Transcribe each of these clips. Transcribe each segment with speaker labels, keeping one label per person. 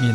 Speaker 1: 面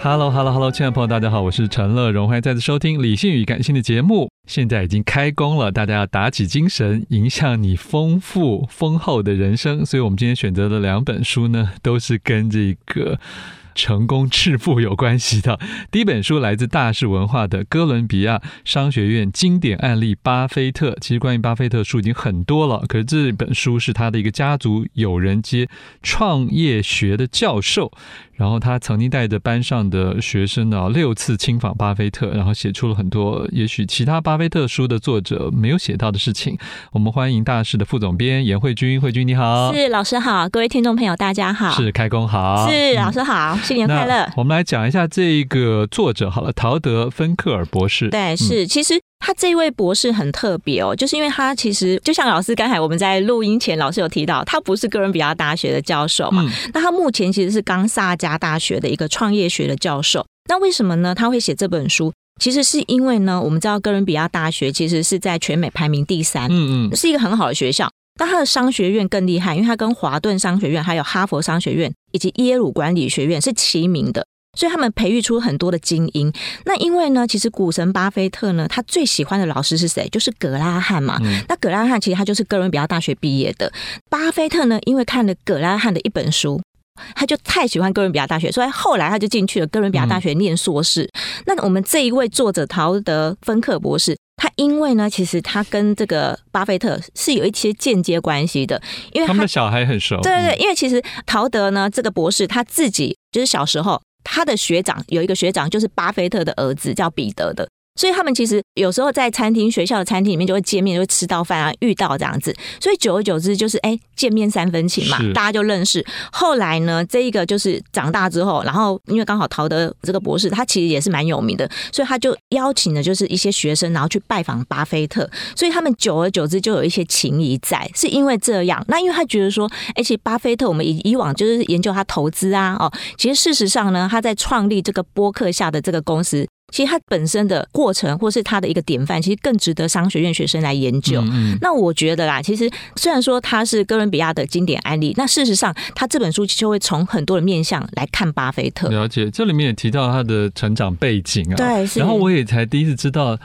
Speaker 1: Hello，Hello，Hello，亲爱的朋友，大家好，我是陈乐荣，欢迎再次收听《理性与感性》的节目。现在已经开工了，大家要打起精神，迎向你丰富丰厚的人生。所以，我们今天选择的两本书呢，都是跟这个成功致富有关系的。第一本书来自大是文化的哥伦比亚商学院经典案例《巴菲特》。其实关于巴菲特的书已经很多了，可是这本书是他的一个家族友人街创业学的教授。然后他曾经带着班上的学生呢、啊，六次亲访巴菲特，然后写出了很多也许其他巴菲特书的作者没有写到的事情。我们欢迎大师的副总编严慧君，慧君你好，
Speaker 2: 是啊老师好，各位听众朋友大家好，
Speaker 1: 是开工好，
Speaker 2: 是老师好，嗯、新年快乐。
Speaker 1: 我们来讲一下这个作者好了，陶德芬克尔博士，
Speaker 2: 对，是、嗯、其实。他这位博士很特别哦，就是因为他其实就像老师刚才我们在录音前，老师有提到，他不是哥伦比亚大学的教授嘛，嗯、那他目前其实是冈萨加大学的一个创业学的教授。那为什么呢？他会写这本书？其实是因为呢，我们知道哥伦比亚大学其实是在全美排名第三，嗯嗯，是一个很好的学校。但他的商学院更厉害，因为他跟华顿商学院、还有哈佛商学院以及耶鲁管理学院是齐名的。所以他们培育出很多的精英。那因为呢，其实股神巴菲特呢，他最喜欢的老师是谁？就是葛拉汉嘛。嗯、那葛拉汉其实他就是哥伦比亚大学毕业的。巴菲特呢，因为看了葛拉汉的一本书，他就太喜欢哥伦比亚大学，所以后来他就进去了哥伦比亚大学念硕士。嗯、那我们这一位作者陶德芬克博士。他因为呢，其实他跟这个巴菲特是有一些间接关系的，因为
Speaker 1: 他们的小孩很熟。
Speaker 2: 对对对，因为其实陶德呢，这个博士他自己就是小时候。他的学长有一个学长就是巴菲特的儿子，叫彼得的，所以他们其实有时候在餐厅、学校的餐厅里面就会见面，就会吃到饭啊，遇到这样子，所以久而久之就是哎、欸、见面三分情嘛，大家就认识。后来呢，这一个就是长大之后，然后因为刚好陶德这个博士他其实也是蛮有名的，所以他就邀请了就是一些学生，然后去拜访巴菲特，所以他们久而久之就有一些情谊在，是因为这样。那因为他觉得说，而、欸、且巴菲特我们以以往就是研究他投资啊，哦，其实事实上呢，他他在创立这个播客下的这个公司，其实他本身的过程，或是他的一个典范，其实更值得商学院学生来研究。嗯嗯那我觉得啦，其实虽然说他是哥伦比亚的经典案例，那事实上他这本书就会从很多的面向来看巴菲特。
Speaker 1: 了解，这里面也提到他的成长背景啊，
Speaker 2: 呃对，
Speaker 1: 然后我也才第一次知道。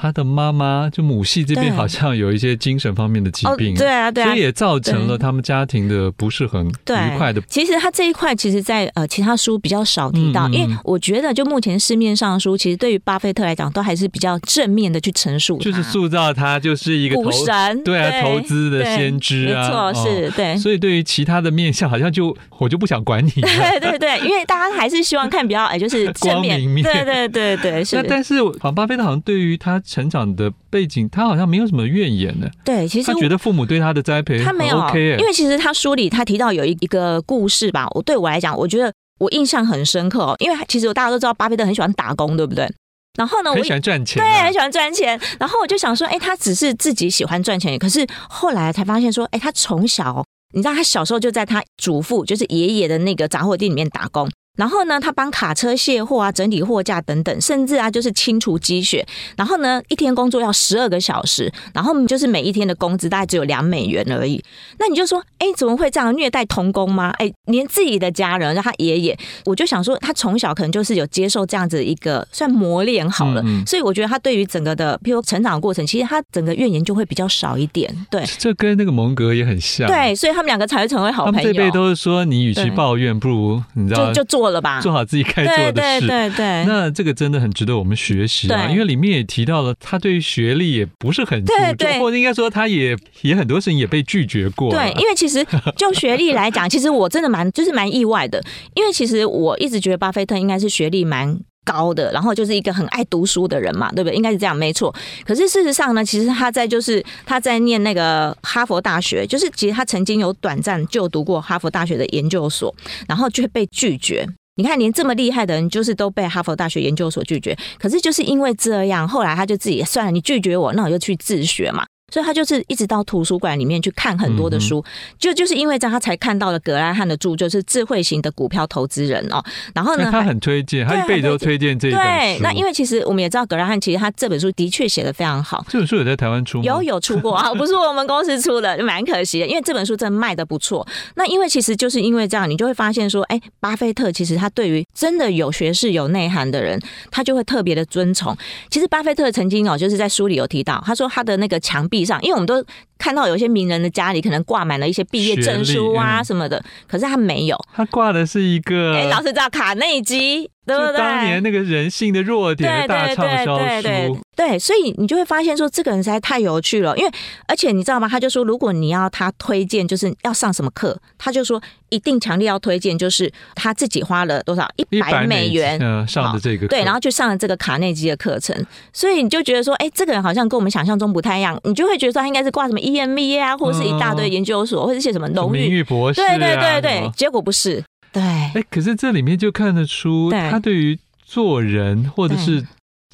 Speaker 1: 他的妈妈就母系这边好像有一些精神方面的疾病，
Speaker 2: 对啊、哦，对啊，对啊
Speaker 1: 所以也造成了他们家庭的不是很愉快的。
Speaker 2: 其实他这一块，其实在呃其他书比较少提到，嗯嗯嗯因为我觉得就目前市面上的书，其实对于巴菲特来讲，都还是比较正面的去陈述，
Speaker 1: 就是塑造他就是一个
Speaker 2: 股神，
Speaker 1: 对啊，
Speaker 2: 对
Speaker 1: 投资的先知
Speaker 2: 啊，没错，是对、哦。
Speaker 1: 所以对于其他的面相，好像就我就不想管你。
Speaker 2: 对对对，因为大家还是希望看比较 哎，就是正面，
Speaker 1: 明面
Speaker 2: 对对对对。是
Speaker 1: 那但是，好，巴菲特好像对于他。成长的背景，他好像没有什么怨言呢。
Speaker 2: 对，其实
Speaker 1: 他觉得父母对他的栽培、OK，啊
Speaker 2: 他没有。因为其实他书里他提到有一一个故事吧，我对我来讲，我觉得我印象很深刻哦。因为其实大家都知道，巴菲特很喜欢打工，对不对？然后呢，我
Speaker 1: 很喜欢赚钱、
Speaker 2: 啊，对，很喜欢赚钱。然后我就想说，哎、欸，他只是自己喜欢赚钱，可是后来才发现说，哎、欸，他从小，你知道，他小时候就在他祖父，就是爷爷的那个杂货店里面打工。然后呢，他帮卡车卸货啊、整理货架等等，甚至啊就是清除积雪。然后呢，一天工作要十二个小时，然后就是每一天的工资大概只有两美元而已。那你就说，哎，怎么会这样虐待童工吗？哎，连自己的家人，让他爷爷，我就想说，他从小可能就是有接受这样子一个算磨练好了，
Speaker 1: 嗯嗯
Speaker 2: 所以我觉得他对于整个的，譬如成长过程，其实他整个怨言就会比较少一点。对，
Speaker 1: 这跟那个蒙格也很像。，
Speaker 2: 对，所以他们两个才会成为好
Speaker 1: 他
Speaker 2: 朋
Speaker 1: 啊们这辈
Speaker 2: 友。
Speaker 1: 都是说，你与其
Speaker 2: 对
Speaker 1: 抱怨，不如你知道
Speaker 2: 就就做了 吧，
Speaker 1: 做好自己该做
Speaker 2: 对
Speaker 1: 的
Speaker 2: 对
Speaker 1: 事。
Speaker 2: 对对。
Speaker 1: 那这个真的很值得我们学习啊，
Speaker 2: 对
Speaker 1: 因为里面也提到了他对于学历也不是很注
Speaker 2: 对
Speaker 1: 重，
Speaker 2: 对
Speaker 1: 或者应该说他也也很多事情也被拒绝过啊。
Speaker 2: 对，因为其实就学历 来讲，其实我真的蛮就是蛮意外的，因为其实我一直觉得巴菲特应该是学历蛮。高的，然后就是一个很爱读书的人嘛，对不对？应该是这样，没错。可是事实上呢，其实他在就是他在念那个哈佛大学，就是其实他曾经有短暂就读过哈佛大学的研究所，然后却被拒绝。你看，连这么厉害的人，就是都被哈佛大学研究所拒绝。可是就是因为这样，后来他就自己算了，你拒绝我，那我就去自学嘛。所以他就是一直到图书馆里面去看
Speaker 1: 嗯
Speaker 2: 很多的书，就就是因为这样，他才看到了格拉汉的著作，就是《智慧型的股票投资人》哦。然后呢，
Speaker 1: 那他很推荐，他
Speaker 2: 对
Speaker 1: 一辈子都推荐这一本
Speaker 2: 对，
Speaker 1: 书。
Speaker 2: 那因为其实我们也知道格拉汉，其实他这本书的确写的非常好。
Speaker 1: 这本书有在台湾出吗？
Speaker 2: 有有出过啊，不是我们公司出的，蛮可惜的，因为这本书真的卖的不错。那因为其实就是因为这样，你就会发现说，哎、巴菲特其实他对于真的有学识、有内涵的人，他就会特别的尊崇。其实巴菲特曾经哦，就是在书里有提到，他说他的那个墙壁上，因为我们都看到有一些名人的家里可能挂满了一些毕业证书
Speaker 1: 学历
Speaker 2: 啊
Speaker 1: 嗯
Speaker 2: 什么的，可是他没有。
Speaker 1: 他挂的是一个，
Speaker 2: 哎、老师知道卡内基对不
Speaker 1: 就
Speaker 2: 对？
Speaker 1: 当 年那个人性的弱点的大畅销
Speaker 2: 对对
Speaker 1: 书
Speaker 2: 对，对，所以你就会发现说，这个人实在太有趣了。因为而且你知道吗？他就说，如果你要他推荐，就是要上什么课，他就说一定强烈要推荐，就是他自己花了多少一百
Speaker 1: 100
Speaker 2: 美元。
Speaker 1: 呃上的这个课
Speaker 2: 对，然后就上了这个卡内基的课程，所以你就觉得说，哎，这个人好像跟我们想象中不太一样，你就会觉得说他应哎该是挂什么 EMBA 啊，或者是一大堆研究所，或者是写什么荣
Speaker 1: 名
Speaker 2: 誉，
Speaker 1: 誉博士、啊，
Speaker 2: 对对对
Speaker 1: 什
Speaker 2: 对
Speaker 1: 么，
Speaker 2: 结果不是，对，
Speaker 1: 哎，可是这里面就看得出
Speaker 2: 对
Speaker 1: 他对于做人或者是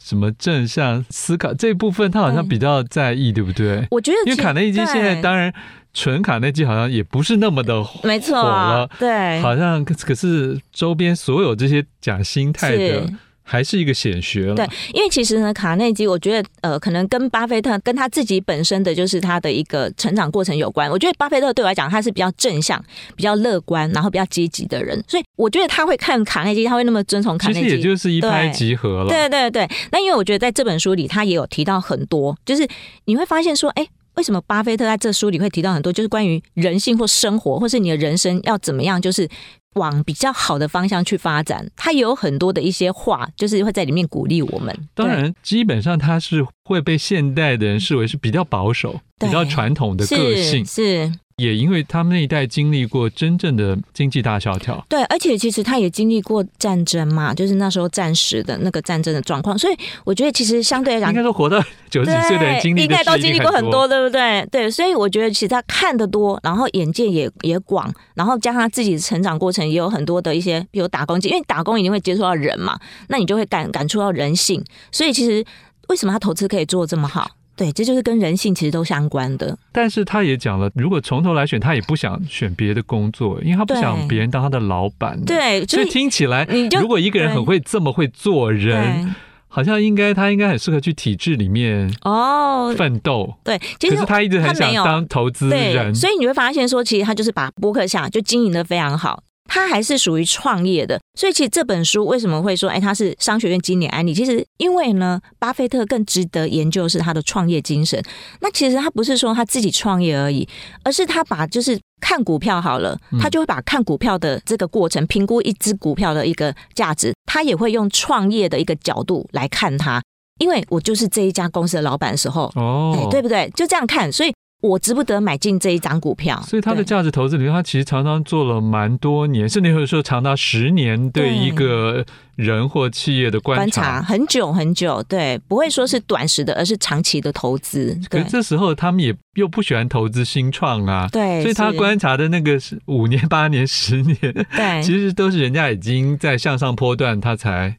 Speaker 1: 什么正向思考这一部分，他好像
Speaker 2: 对
Speaker 1: 比较在意，对不对？
Speaker 2: 我觉得
Speaker 1: 因为
Speaker 2: 其
Speaker 1: 卡内基现在
Speaker 2: 对
Speaker 1: 当然纯卡内基好像也不是那么的火
Speaker 2: 没错
Speaker 1: 了
Speaker 2: 啊，，对，
Speaker 1: 好像可可是周边所有这些假心态的
Speaker 2: 是。
Speaker 1: 还是一个显学了，
Speaker 2: 对，因为其实呢，卡内基，我觉得呃，可能跟巴菲特跟他自己本身的就是他的一个成长过程有关。我觉得巴菲特对我来讲，他是比较正向、比较乐观，然后比较积极的人，所以我觉得他会看卡内基，他会那么遵从卡
Speaker 1: 其
Speaker 2: 内
Speaker 1: 实
Speaker 2: 基。
Speaker 1: 也就是一拍
Speaker 2: 对
Speaker 1: 即合了。
Speaker 2: 对对对，那因为我觉得在这本书里，他也有提到很多，就是你会发现说，哎。为什么巴菲特在这书里会提到很多，就是关于人性或生活，或是你的人生要怎么样，就是往比较好的方向去发展？他也有很多的一些话，就是会在里面鼓励我们。
Speaker 1: 当
Speaker 2: 对
Speaker 1: 然，基本上他是会被现代的人视为是比较保守、
Speaker 2: 对
Speaker 1: 比较传统的个性，
Speaker 2: 是是，
Speaker 1: 也因为他们那一代经历过真正的经济大萧条。
Speaker 2: 对，而且其实他也经历过战争嘛，就是那时候战时的那个战争的状况，所以我觉得其实相对来
Speaker 1: 应
Speaker 2: 讲
Speaker 1: 该。说，活 到九十几岁的人经
Speaker 2: 对，
Speaker 1: 历
Speaker 2: 应
Speaker 1: 的
Speaker 2: 该
Speaker 1: 事
Speaker 2: 都
Speaker 1: 一
Speaker 2: 经
Speaker 1: 定
Speaker 2: 历过很
Speaker 1: 很
Speaker 2: 多，。对不对？对，所以我觉得其实他看得多，然后眼界也也广，然后加上他自己成长过程也有很多的一些，比如打工经，因为打工一定会接触到人嘛，那你就会感感触到人性，所以其实为什么他投资可以做得这么好？对，这就是跟人性其实都相关的。
Speaker 1: 但是他也讲了，如果从头来选，他也不想选别的工作，因为他不
Speaker 2: 对
Speaker 1: 想别人当他的老板。，
Speaker 2: 对，
Speaker 1: 所
Speaker 2: 就
Speaker 1: 以
Speaker 2: 是
Speaker 1: 听起来
Speaker 2: 你，就
Speaker 1: 如果一个人很
Speaker 2: 对
Speaker 1: 会这么会做人，
Speaker 2: 对
Speaker 1: 好像应该他应该很适合去体制里面
Speaker 2: 哦，
Speaker 1: 奋斗。
Speaker 2: 对，其
Speaker 1: 可
Speaker 2: 实
Speaker 1: 是他一直很
Speaker 2: 他
Speaker 1: 想
Speaker 2: 没有
Speaker 1: 当投资
Speaker 2: 对，
Speaker 1: 人，
Speaker 2: 所以你会发现说，其实他就是把博客下就经营的非常好。他还是属于创业的，所以其实这本书为什么会说，哎，他是商学院经典案例？其实因为呢，巴菲特更值得研究是他的创业精神。那其实他不是说他自己创业而已，而是他把就是看股票好了，他就会把看股票的这个过程，评估一只股票的一个价值，他也会用创业的一个角度来看它。因为我就是这一家公司的老板的时候，哎
Speaker 1: 哦，，
Speaker 2: 对不对？就这样看，所以我值不得买进这一张股票。
Speaker 1: 所以它的
Speaker 2: 对
Speaker 1: 价值投资里面，它其实常常做了蛮多年，甚至有时候长达十年对
Speaker 2: 对
Speaker 1: 一个人或企业的观
Speaker 2: 观
Speaker 1: 察。
Speaker 2: 察很久很久，对，不会说是短时的，而是长期的投资。
Speaker 1: 可
Speaker 2: 对
Speaker 1: 是这时候他们也又不喜欢投资新创啊，
Speaker 2: 对，
Speaker 1: 所以他
Speaker 2: 是
Speaker 1: 观察的那个是五年、八年、十年，
Speaker 2: 对
Speaker 1: 其实都是人家已经在向上坡段，他才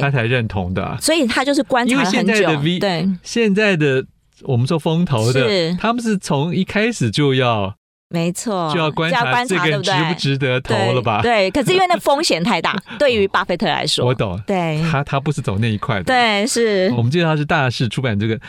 Speaker 1: 他
Speaker 2: 对，
Speaker 1: 才认同的啊、
Speaker 2: 所以他就是观
Speaker 1: 因
Speaker 2: 察
Speaker 1: 为
Speaker 2: 了
Speaker 1: 现
Speaker 2: 很
Speaker 1: 在的
Speaker 2: 久
Speaker 1: V，。
Speaker 2: 对，
Speaker 1: 现在的我们说风投的
Speaker 2: 是，哦
Speaker 1: 他们是从一开始就要
Speaker 2: 没错，
Speaker 1: 就要观察这
Speaker 2: 对
Speaker 1: 个
Speaker 2: 不
Speaker 1: 值
Speaker 2: 对？
Speaker 1: 不值得投了吧？
Speaker 2: 对，对可是因为那风险太 大，对于巴菲特来说，
Speaker 1: 我懂，
Speaker 2: 对
Speaker 1: 他他不是走那一块的。，
Speaker 2: 对是
Speaker 1: 我们记得他是大是出版这个。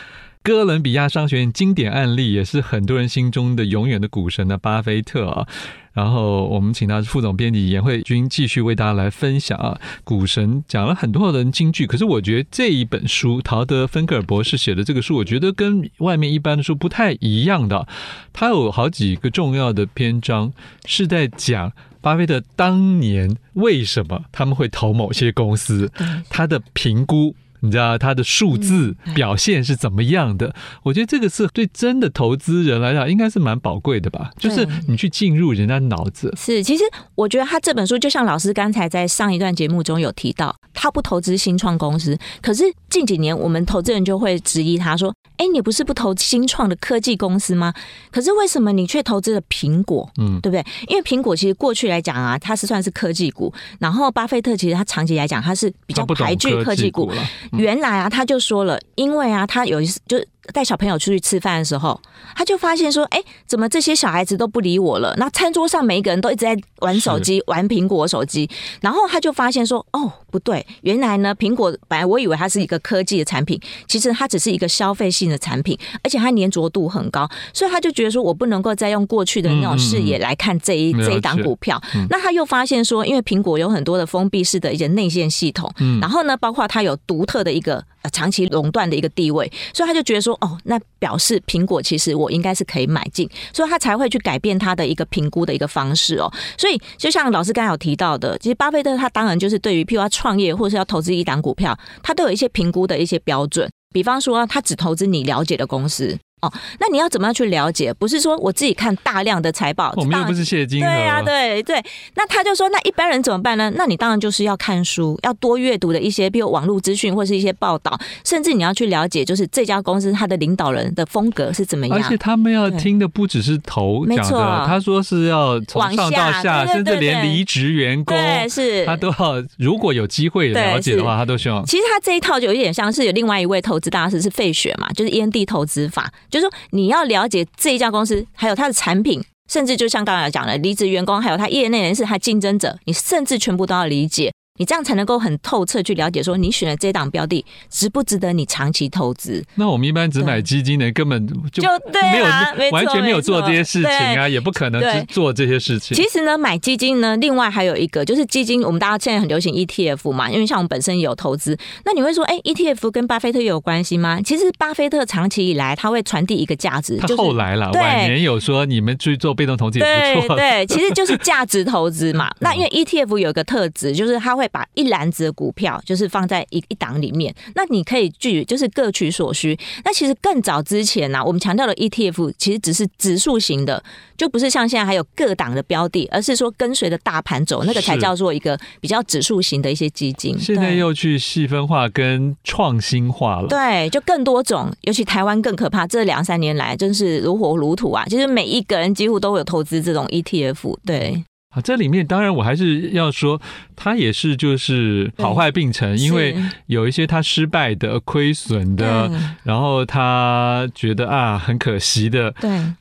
Speaker 1: 哥伦比亚商学院经典案例，也是很多人心中的永远的股神的巴菲特啊。然后我们请到副总编辑严慧君继续为大家来分享啊，股神讲了很多人金句，可是我觉得这一本书，陶德芬克尔博士写的这个书，我觉得跟外面一般的书不太一样的，它有好几个重要的篇章是在讲。巴菲特当年为什么他们会投某些公司？他的评估，你知道他的数字
Speaker 2: 嗯
Speaker 1: 表现是怎么样的？我觉得这个是对真的投资人来讲，应该是蛮宝贵的吧。就是
Speaker 2: 对
Speaker 1: 你去进入人家脑子，
Speaker 2: 是，其实我觉得他这本书就像老师刚才在上一段节目中有提到，他不投资新创公司，可是近几年我们投资人就会质疑他说：“哎，你不是不投新创的科技公司吗？可是为什么你却投资了苹果？
Speaker 1: 嗯，
Speaker 2: 对不对？因为苹果其实过去来讲啊，它是算是科技股，然后巴菲特其实他长期来讲他是比较
Speaker 1: 他不懂
Speaker 2: 排拒科技股，
Speaker 1: 了。
Speaker 2: 原来啊，他就说了，因为啊，他有一次就带小朋友出去吃饭的时候，他就发现说，哎，怎么这些小孩子都不理我了？那餐桌上每一个人都一直在玩手机，玩苹果手机。然后他就发现说，哦，不对，原来呢，苹果本来我以为它是一个科技的产品，其实它只是一个消费性的产品，而且它粘着度很高，所以他就觉得说我不能够再用过去的那种视野来看这一、
Speaker 1: 嗯嗯嗯
Speaker 2: 这一档
Speaker 1: 了解
Speaker 2: 股票。那他又发现说，因为苹果有很多的封闭式的一些内线系统，
Speaker 1: 嗯
Speaker 2: 然后呢，包括它有独特的一个、呃、长期垄断的一个地位，所以他就觉得说，哦，那表示苹果其实我应该是可以买进，所以他才会去改变他的一个评估的一个方式哦。所以就像老师刚才有提到的，其实巴菲特他当然就是对于譬如他创业或是要投资一档股票，他都有一些评估的一些标准。比方说，他只投资你了解的公司哦，那你要怎么样去了解？不是说我自己看大量的财报，
Speaker 1: 我们
Speaker 2: 当
Speaker 1: 又
Speaker 2: 然
Speaker 1: 哦不是谢金河，
Speaker 2: 对啊呀、对对。那他就说，那一般人怎么办呢？那你当然就是要看书，要多阅读的一些，比如网络资讯或是一些报道，甚至你要去了解，就是这家公司它的领导人的风格是怎么
Speaker 1: 而
Speaker 2: 样
Speaker 1: 且。他们要
Speaker 2: 对
Speaker 1: 听的不只是头
Speaker 2: 没
Speaker 1: 讲
Speaker 2: 错
Speaker 1: 的，他说是要从
Speaker 2: 往
Speaker 1: 上到
Speaker 2: 下
Speaker 1: 下，
Speaker 2: 对对
Speaker 1: 甚至
Speaker 2: 对
Speaker 1: 连
Speaker 2: 对
Speaker 1: 离职员工，
Speaker 2: 对，是
Speaker 1: 他都要如果有机会
Speaker 2: 对
Speaker 1: 了解的
Speaker 2: 是
Speaker 1: 话，他都希望
Speaker 2: 其实他这一套就有点像是有另外一位投资大师是费雪嘛，就是烟蒂投资法，就是说你要了解这一家公司，还有它的产品，甚至就像刚才讲的，离职员工，还有他业内人士、他竞争者，你甚至全部都要理解。你这样才能够很透彻去了解，说你选的这档标的值不值得你长期投资？
Speaker 1: 那我们一般只买
Speaker 2: 对
Speaker 1: 基金的，根本就
Speaker 2: 就对
Speaker 1: 没有
Speaker 2: 啦没错
Speaker 1: 完全没有
Speaker 2: 没错
Speaker 1: 做这些事情啊，也不可能
Speaker 2: 对
Speaker 1: 是做这些事情。
Speaker 2: 其实呢，买基金呢，另外还有一个就是基金，我们大家现在很流行 ETF 嘛，因为像我们本身也有投资。那你会说，哎、e t f 跟巴菲特有关系吗？其实巴菲特长期以来他会传递一个价值，
Speaker 1: 他
Speaker 2: 就是
Speaker 1: 后来啦，
Speaker 2: 对
Speaker 1: 晚年有说你们去做被动投资也不
Speaker 2: 对
Speaker 1: 错， 嗯
Speaker 2: 对，其实就是价值投资嘛。那因为 ETF 有一个特质，就是它会把一篮子的股票，就是放在一一档里面，那你可以具就是各取所需。那其实更早之前呢、啊我们强调的 ETF 其实只是指数型的，就不是像现在还有各档的标的，而是说跟随着大盘走，那个才
Speaker 1: 是
Speaker 2: 叫做一个比较指数型的一些基金。
Speaker 1: 现在
Speaker 2: 对
Speaker 1: 又去细分化跟创新化了。
Speaker 2: 对，就更多种，尤其台湾更可怕，这两三年来真是如火如荼啊！就是每一个人几乎都有投资这种 ETF，对。
Speaker 1: 啊，这里面当然我还是要说，它也是就是好坏并存，因为
Speaker 2: 是
Speaker 1: 有一些它失败的、亏损
Speaker 2: 嗯
Speaker 1: 的，然后他觉得啊很可惜的，
Speaker 2: 对对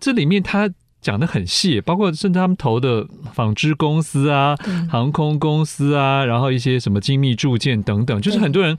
Speaker 1: 这里面他讲的很细，包括甚至他们投的纺织公司啊、
Speaker 2: 对
Speaker 1: 航空公司啊，然后一些什么精密铸件等等，就是
Speaker 2: 对
Speaker 1: 很多人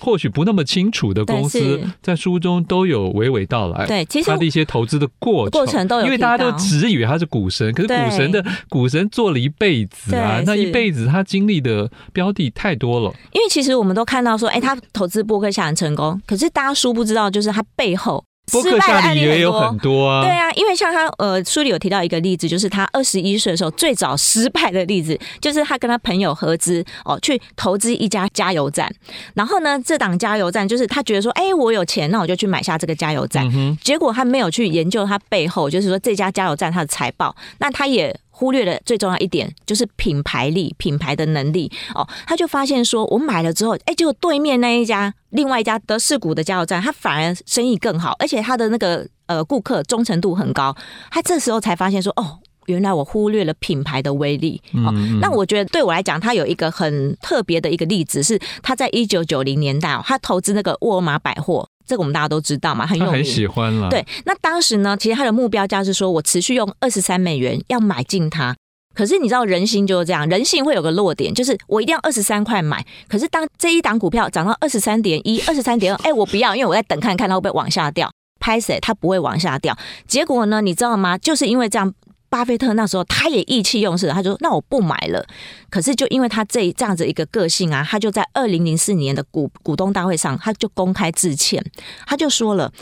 Speaker 1: 或许不那么清楚的公司
Speaker 2: 对是，
Speaker 1: 在书中都有娓娓道来。
Speaker 2: 对，其实
Speaker 1: 呃他的一些投资的过程，
Speaker 2: 过程都有
Speaker 1: 因为大家
Speaker 2: 提
Speaker 1: 都
Speaker 2: 到
Speaker 1: 只以为他是股神，可是
Speaker 2: 对
Speaker 1: 股神的股神做了一辈子啊，
Speaker 2: 对
Speaker 1: 那一
Speaker 2: 是
Speaker 1: 辈子他经历的标的太多了，
Speaker 2: 因为其实我们都看到说，哎，他投资波克夏很成功，可是大家殊不知道，就是他背后
Speaker 1: 博
Speaker 2: 失
Speaker 1: 客
Speaker 2: 败的
Speaker 1: 下
Speaker 2: 案
Speaker 1: 里
Speaker 2: 例
Speaker 1: 也有
Speaker 2: 多。
Speaker 1: 很多啊，
Speaker 2: 对啊，因为像他呃书里有提到一个例子，就是他二十一岁的时候最早失败的例子，就是他跟他朋友合资哦去投资一家加油站，然后呢这档加油站就是他觉得说，哎，我有钱，那我就去买下这个加油站
Speaker 1: 嗯，哼，
Speaker 2: 结果他没有去研究它背后，就是说这家加油站它的财报，那他也忽略了最重要一点，就是品牌力、品牌的能力哦。他就发现说，我买了之后，哎，结果对面那一家、另外一家德士古的加油站，它反而生意更好，而且它的那个呃顾客忠诚度很高。他这时候才发现说，哦。原来我忽略了品牌的威力，
Speaker 1: 嗯
Speaker 2: 哦，那我觉得对我来讲，他有一个很特别的一个例子是，他在一九九零年代哦，他投资那个沃尔玛百货。这个我们大家都知道嘛，很
Speaker 1: 他
Speaker 2: 有
Speaker 1: 很
Speaker 2: 名。
Speaker 1: 喜欢了，
Speaker 2: 对，，那当时呢，其实他的目标价是说我持续用二十三美元要买进它。可是你知道人心就是这样，人性会有个落点，就是我一定要二十三块买。可是当这一档股票涨到二十三点一、二十三点二，哎，我不要，因为我在等看看它会不会往下掉。拍谁？它不会往下掉。结果呢，你知道吗？就是因为这样，巴菲特那时候他也意气用事，他就说：“那我不买了。”可是就因为他这这样子一个个性啊，他就在二零零四年的股股东大会上，他就公开致歉，他就说了。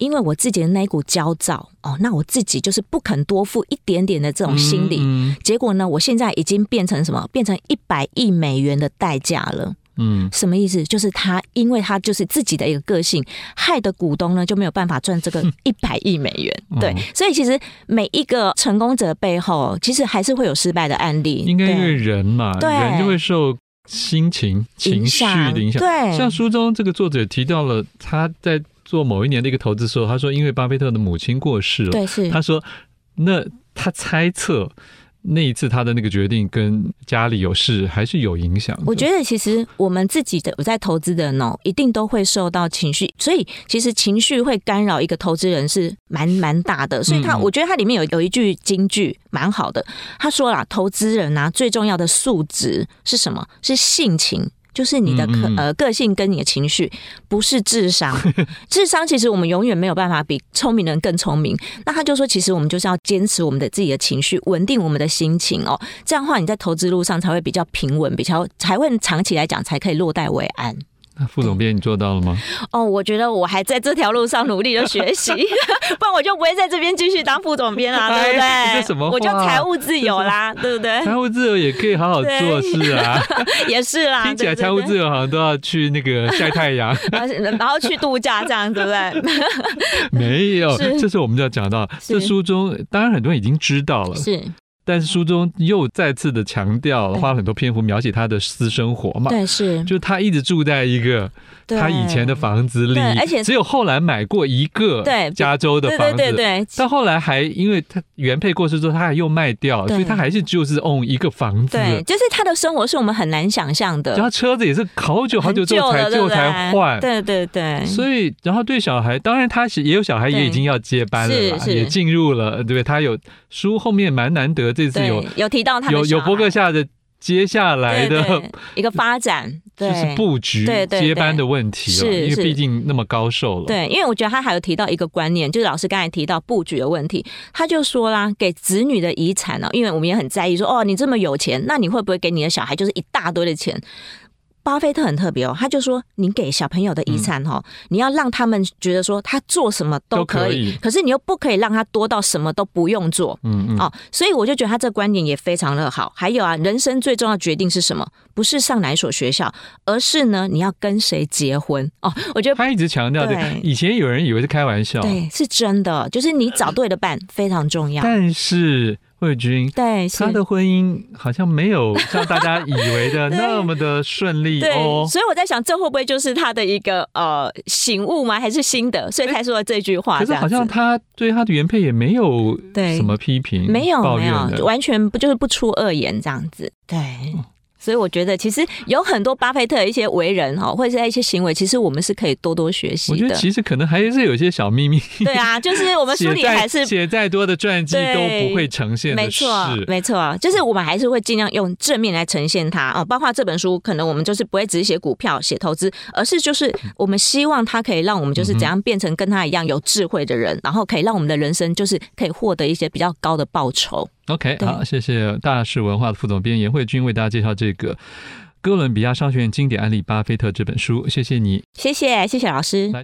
Speaker 2: 因为我自己的那一股焦躁哦，那我自己就是不肯多付一点点的这种心理，
Speaker 1: 嗯
Speaker 2: 结果呢，我现在已经变成什么？变成一百亿美元的代价了。
Speaker 1: 嗯，
Speaker 2: 什么意思？就是他，因为他就是自己的一个个性，害的股东呢就没有办法赚这个 一百亿美元。对
Speaker 1: 哦，
Speaker 2: 所以其实每一个成功者背后，其实还是会有失败的案例。
Speaker 1: 应该因为
Speaker 2: 对
Speaker 1: 人嘛，
Speaker 2: 对
Speaker 1: 人就会受心情、情绪的影响。
Speaker 2: 对，
Speaker 1: 像书中这个作者提到了他在做某一年的一个投资的时候，他说因为巴菲特的母亲过世了，
Speaker 2: 对是
Speaker 1: 他说那他猜测那一次他的那个决定跟家里有事还是有影响的。
Speaker 2: 我觉得其实我们自己的我在投资的人哦，一定都会受到情绪，所以其实情绪会干扰一个投资人是蛮蛮大的。所以他，
Speaker 1: 嗯
Speaker 2: 我觉得他里面有有一句金句蛮好的，他说啦，投资人啊最重要的素质是什么？是性情。就是你的可
Speaker 1: 嗯嗯嗯
Speaker 2: 呃个性跟你的情绪，不是 智商。智商其实我们永远没有办法比聪明人更聪明。那他就说，其实我们就是要坚持我们的自己的情绪，稳定我们的心情哦。这样的话，你在投资路上才会比较平稳，比较才会长期来讲才可以落袋为安。
Speaker 1: 那副总编你做到了吗？
Speaker 2: 哦，我觉得我还在这条路上努力的学 习，不然我就不会在这边继续当副总编啦，对不
Speaker 1: 哎
Speaker 2: 对？
Speaker 1: 这什么话
Speaker 2: 我就财务自由啦，对不对？
Speaker 1: 财务自由也可以好好做事 啊，
Speaker 2: 也是啦，
Speaker 1: 听起来
Speaker 2: 对
Speaker 1: 财务
Speaker 2: 不对
Speaker 1: 自由好像都要去那个晒太阳，
Speaker 2: 然后然后去度假这样，对不对？
Speaker 1: 没有，
Speaker 2: 是
Speaker 1: 这是我们就要讲到，
Speaker 2: 是
Speaker 1: 这书中当然很多人已经知道了，
Speaker 2: 是，
Speaker 1: 但 是书中又再次的强调了，
Speaker 2: 对
Speaker 1: 花了很多篇幅描写他的私生活嘛。
Speaker 2: 对，是，
Speaker 1: 就他一直住在一个
Speaker 2: 对
Speaker 1: 他以前的房子里，
Speaker 2: 对而且
Speaker 1: 只有后来买过一个
Speaker 2: 对
Speaker 1: 加州的
Speaker 2: 对
Speaker 1: 房
Speaker 2: 对
Speaker 1: 子，
Speaker 2: 对对，
Speaker 1: 到后来还因为他原配过世之后，他还又卖掉，
Speaker 2: 对
Speaker 1: 所以他还是就是 own 一个房子。
Speaker 2: 对，就是他的生活是我们很难想象的
Speaker 1: 然，后车子也是好久好
Speaker 2: 很
Speaker 1: 久之后才
Speaker 2: 了，对
Speaker 1: 最
Speaker 2: 不
Speaker 1: 后
Speaker 2: 对
Speaker 1: 才换，
Speaker 2: 对对对，
Speaker 1: 所以，然后对小孩，当然他是也有小孩，
Speaker 2: 对
Speaker 1: 也已经要接班了啦
Speaker 2: 是是
Speaker 1: 也进入了，对不对？他有书后面蛮难得，这次
Speaker 2: 对
Speaker 1: 有
Speaker 2: 有提到他的
Speaker 1: 有
Speaker 2: 小
Speaker 1: 有
Speaker 2: 孩
Speaker 1: 伯克夏的接下来的
Speaker 2: 对对一个发展，对
Speaker 1: 就是布局
Speaker 2: 对对对
Speaker 1: 接班的问题了，
Speaker 2: 是
Speaker 1: 因为
Speaker 2: 是
Speaker 1: 毕竟那么高寿了，
Speaker 2: 对，因为我觉得他还有提到一个观念，就是老师刚才提到布局的问题，他就说啦，给子女的遗产呢、因为我们也很在意说，哦，你这么有钱，那你会不会给你的小孩就是一大堆的钱？巴菲特很特别哦，他就说，你给小朋友的遗产哦，你要让他们觉得说他做什么
Speaker 1: 都
Speaker 2: 都
Speaker 1: 可
Speaker 2: 可以，
Speaker 1: 以
Speaker 2: 可是你又不可以让他多到什么都不用做。
Speaker 1: 嗯嗯，
Speaker 2: 哦，所以我就觉得他这观点也非常的好。还有啊，人生最重要的决定是什么？不是上哪一所学校，而是呢，你要跟谁结婚哦。我觉得
Speaker 1: 他一直强调的
Speaker 2: 对，
Speaker 1: 以前有人以为是开玩笑，
Speaker 2: 对，是真的，就是你找对的伴非常重要。
Speaker 1: 但是慧君。
Speaker 2: 对，是
Speaker 1: 他的婚姻好像没有像大家以为 的
Speaker 2: 对
Speaker 1: 那么的顺利
Speaker 2: 对，
Speaker 1: 哦。
Speaker 2: 所以我在想，这会不会就是他的一个呃醒悟吗？还是新的？所以才说了这句话
Speaker 1: 可
Speaker 2: 这
Speaker 1: 是
Speaker 2: 样
Speaker 1: 好
Speaker 2: 子。
Speaker 1: 像他对他的原配也没有
Speaker 2: 对
Speaker 1: 什么批评，
Speaker 2: 没有
Speaker 1: 抱
Speaker 2: 没
Speaker 1: 怨
Speaker 2: 有，
Speaker 1: 的。嗯
Speaker 2: 完全不就是不出恶言这样子。对。所以我觉得，其实有很多巴菲特的一些为人哈，或者是一些行为，其实我们是可以多多学习
Speaker 1: 我觉得
Speaker 2: 的。
Speaker 1: 其实可能还是有一些小秘密，
Speaker 2: 对啊，就是我们书
Speaker 1: 写
Speaker 2: 里还
Speaker 1: 再
Speaker 2: 是
Speaker 1: 写再多的传记都
Speaker 2: 对
Speaker 1: 不会呈现
Speaker 2: 没
Speaker 1: 的事。
Speaker 2: 错，没错，就是我们还是会尽量用正面来呈现它啊、包括这本书，可能我们就是不会只写股票、写投资，而是就是我们希望它可以让我们就是怎样变成跟他一样有智慧的人，然后可以让我们的人生就是可以获得一些比较高的报酬。
Speaker 1: OK，
Speaker 2: 对
Speaker 1: 好，谢谢大是文化的副总编严慧君为大家介绍这个哥伦比亚商学院经典案例《巴菲特》这本书，谢谢你。
Speaker 2: 谢谢，谢谢老师。
Speaker 1: 来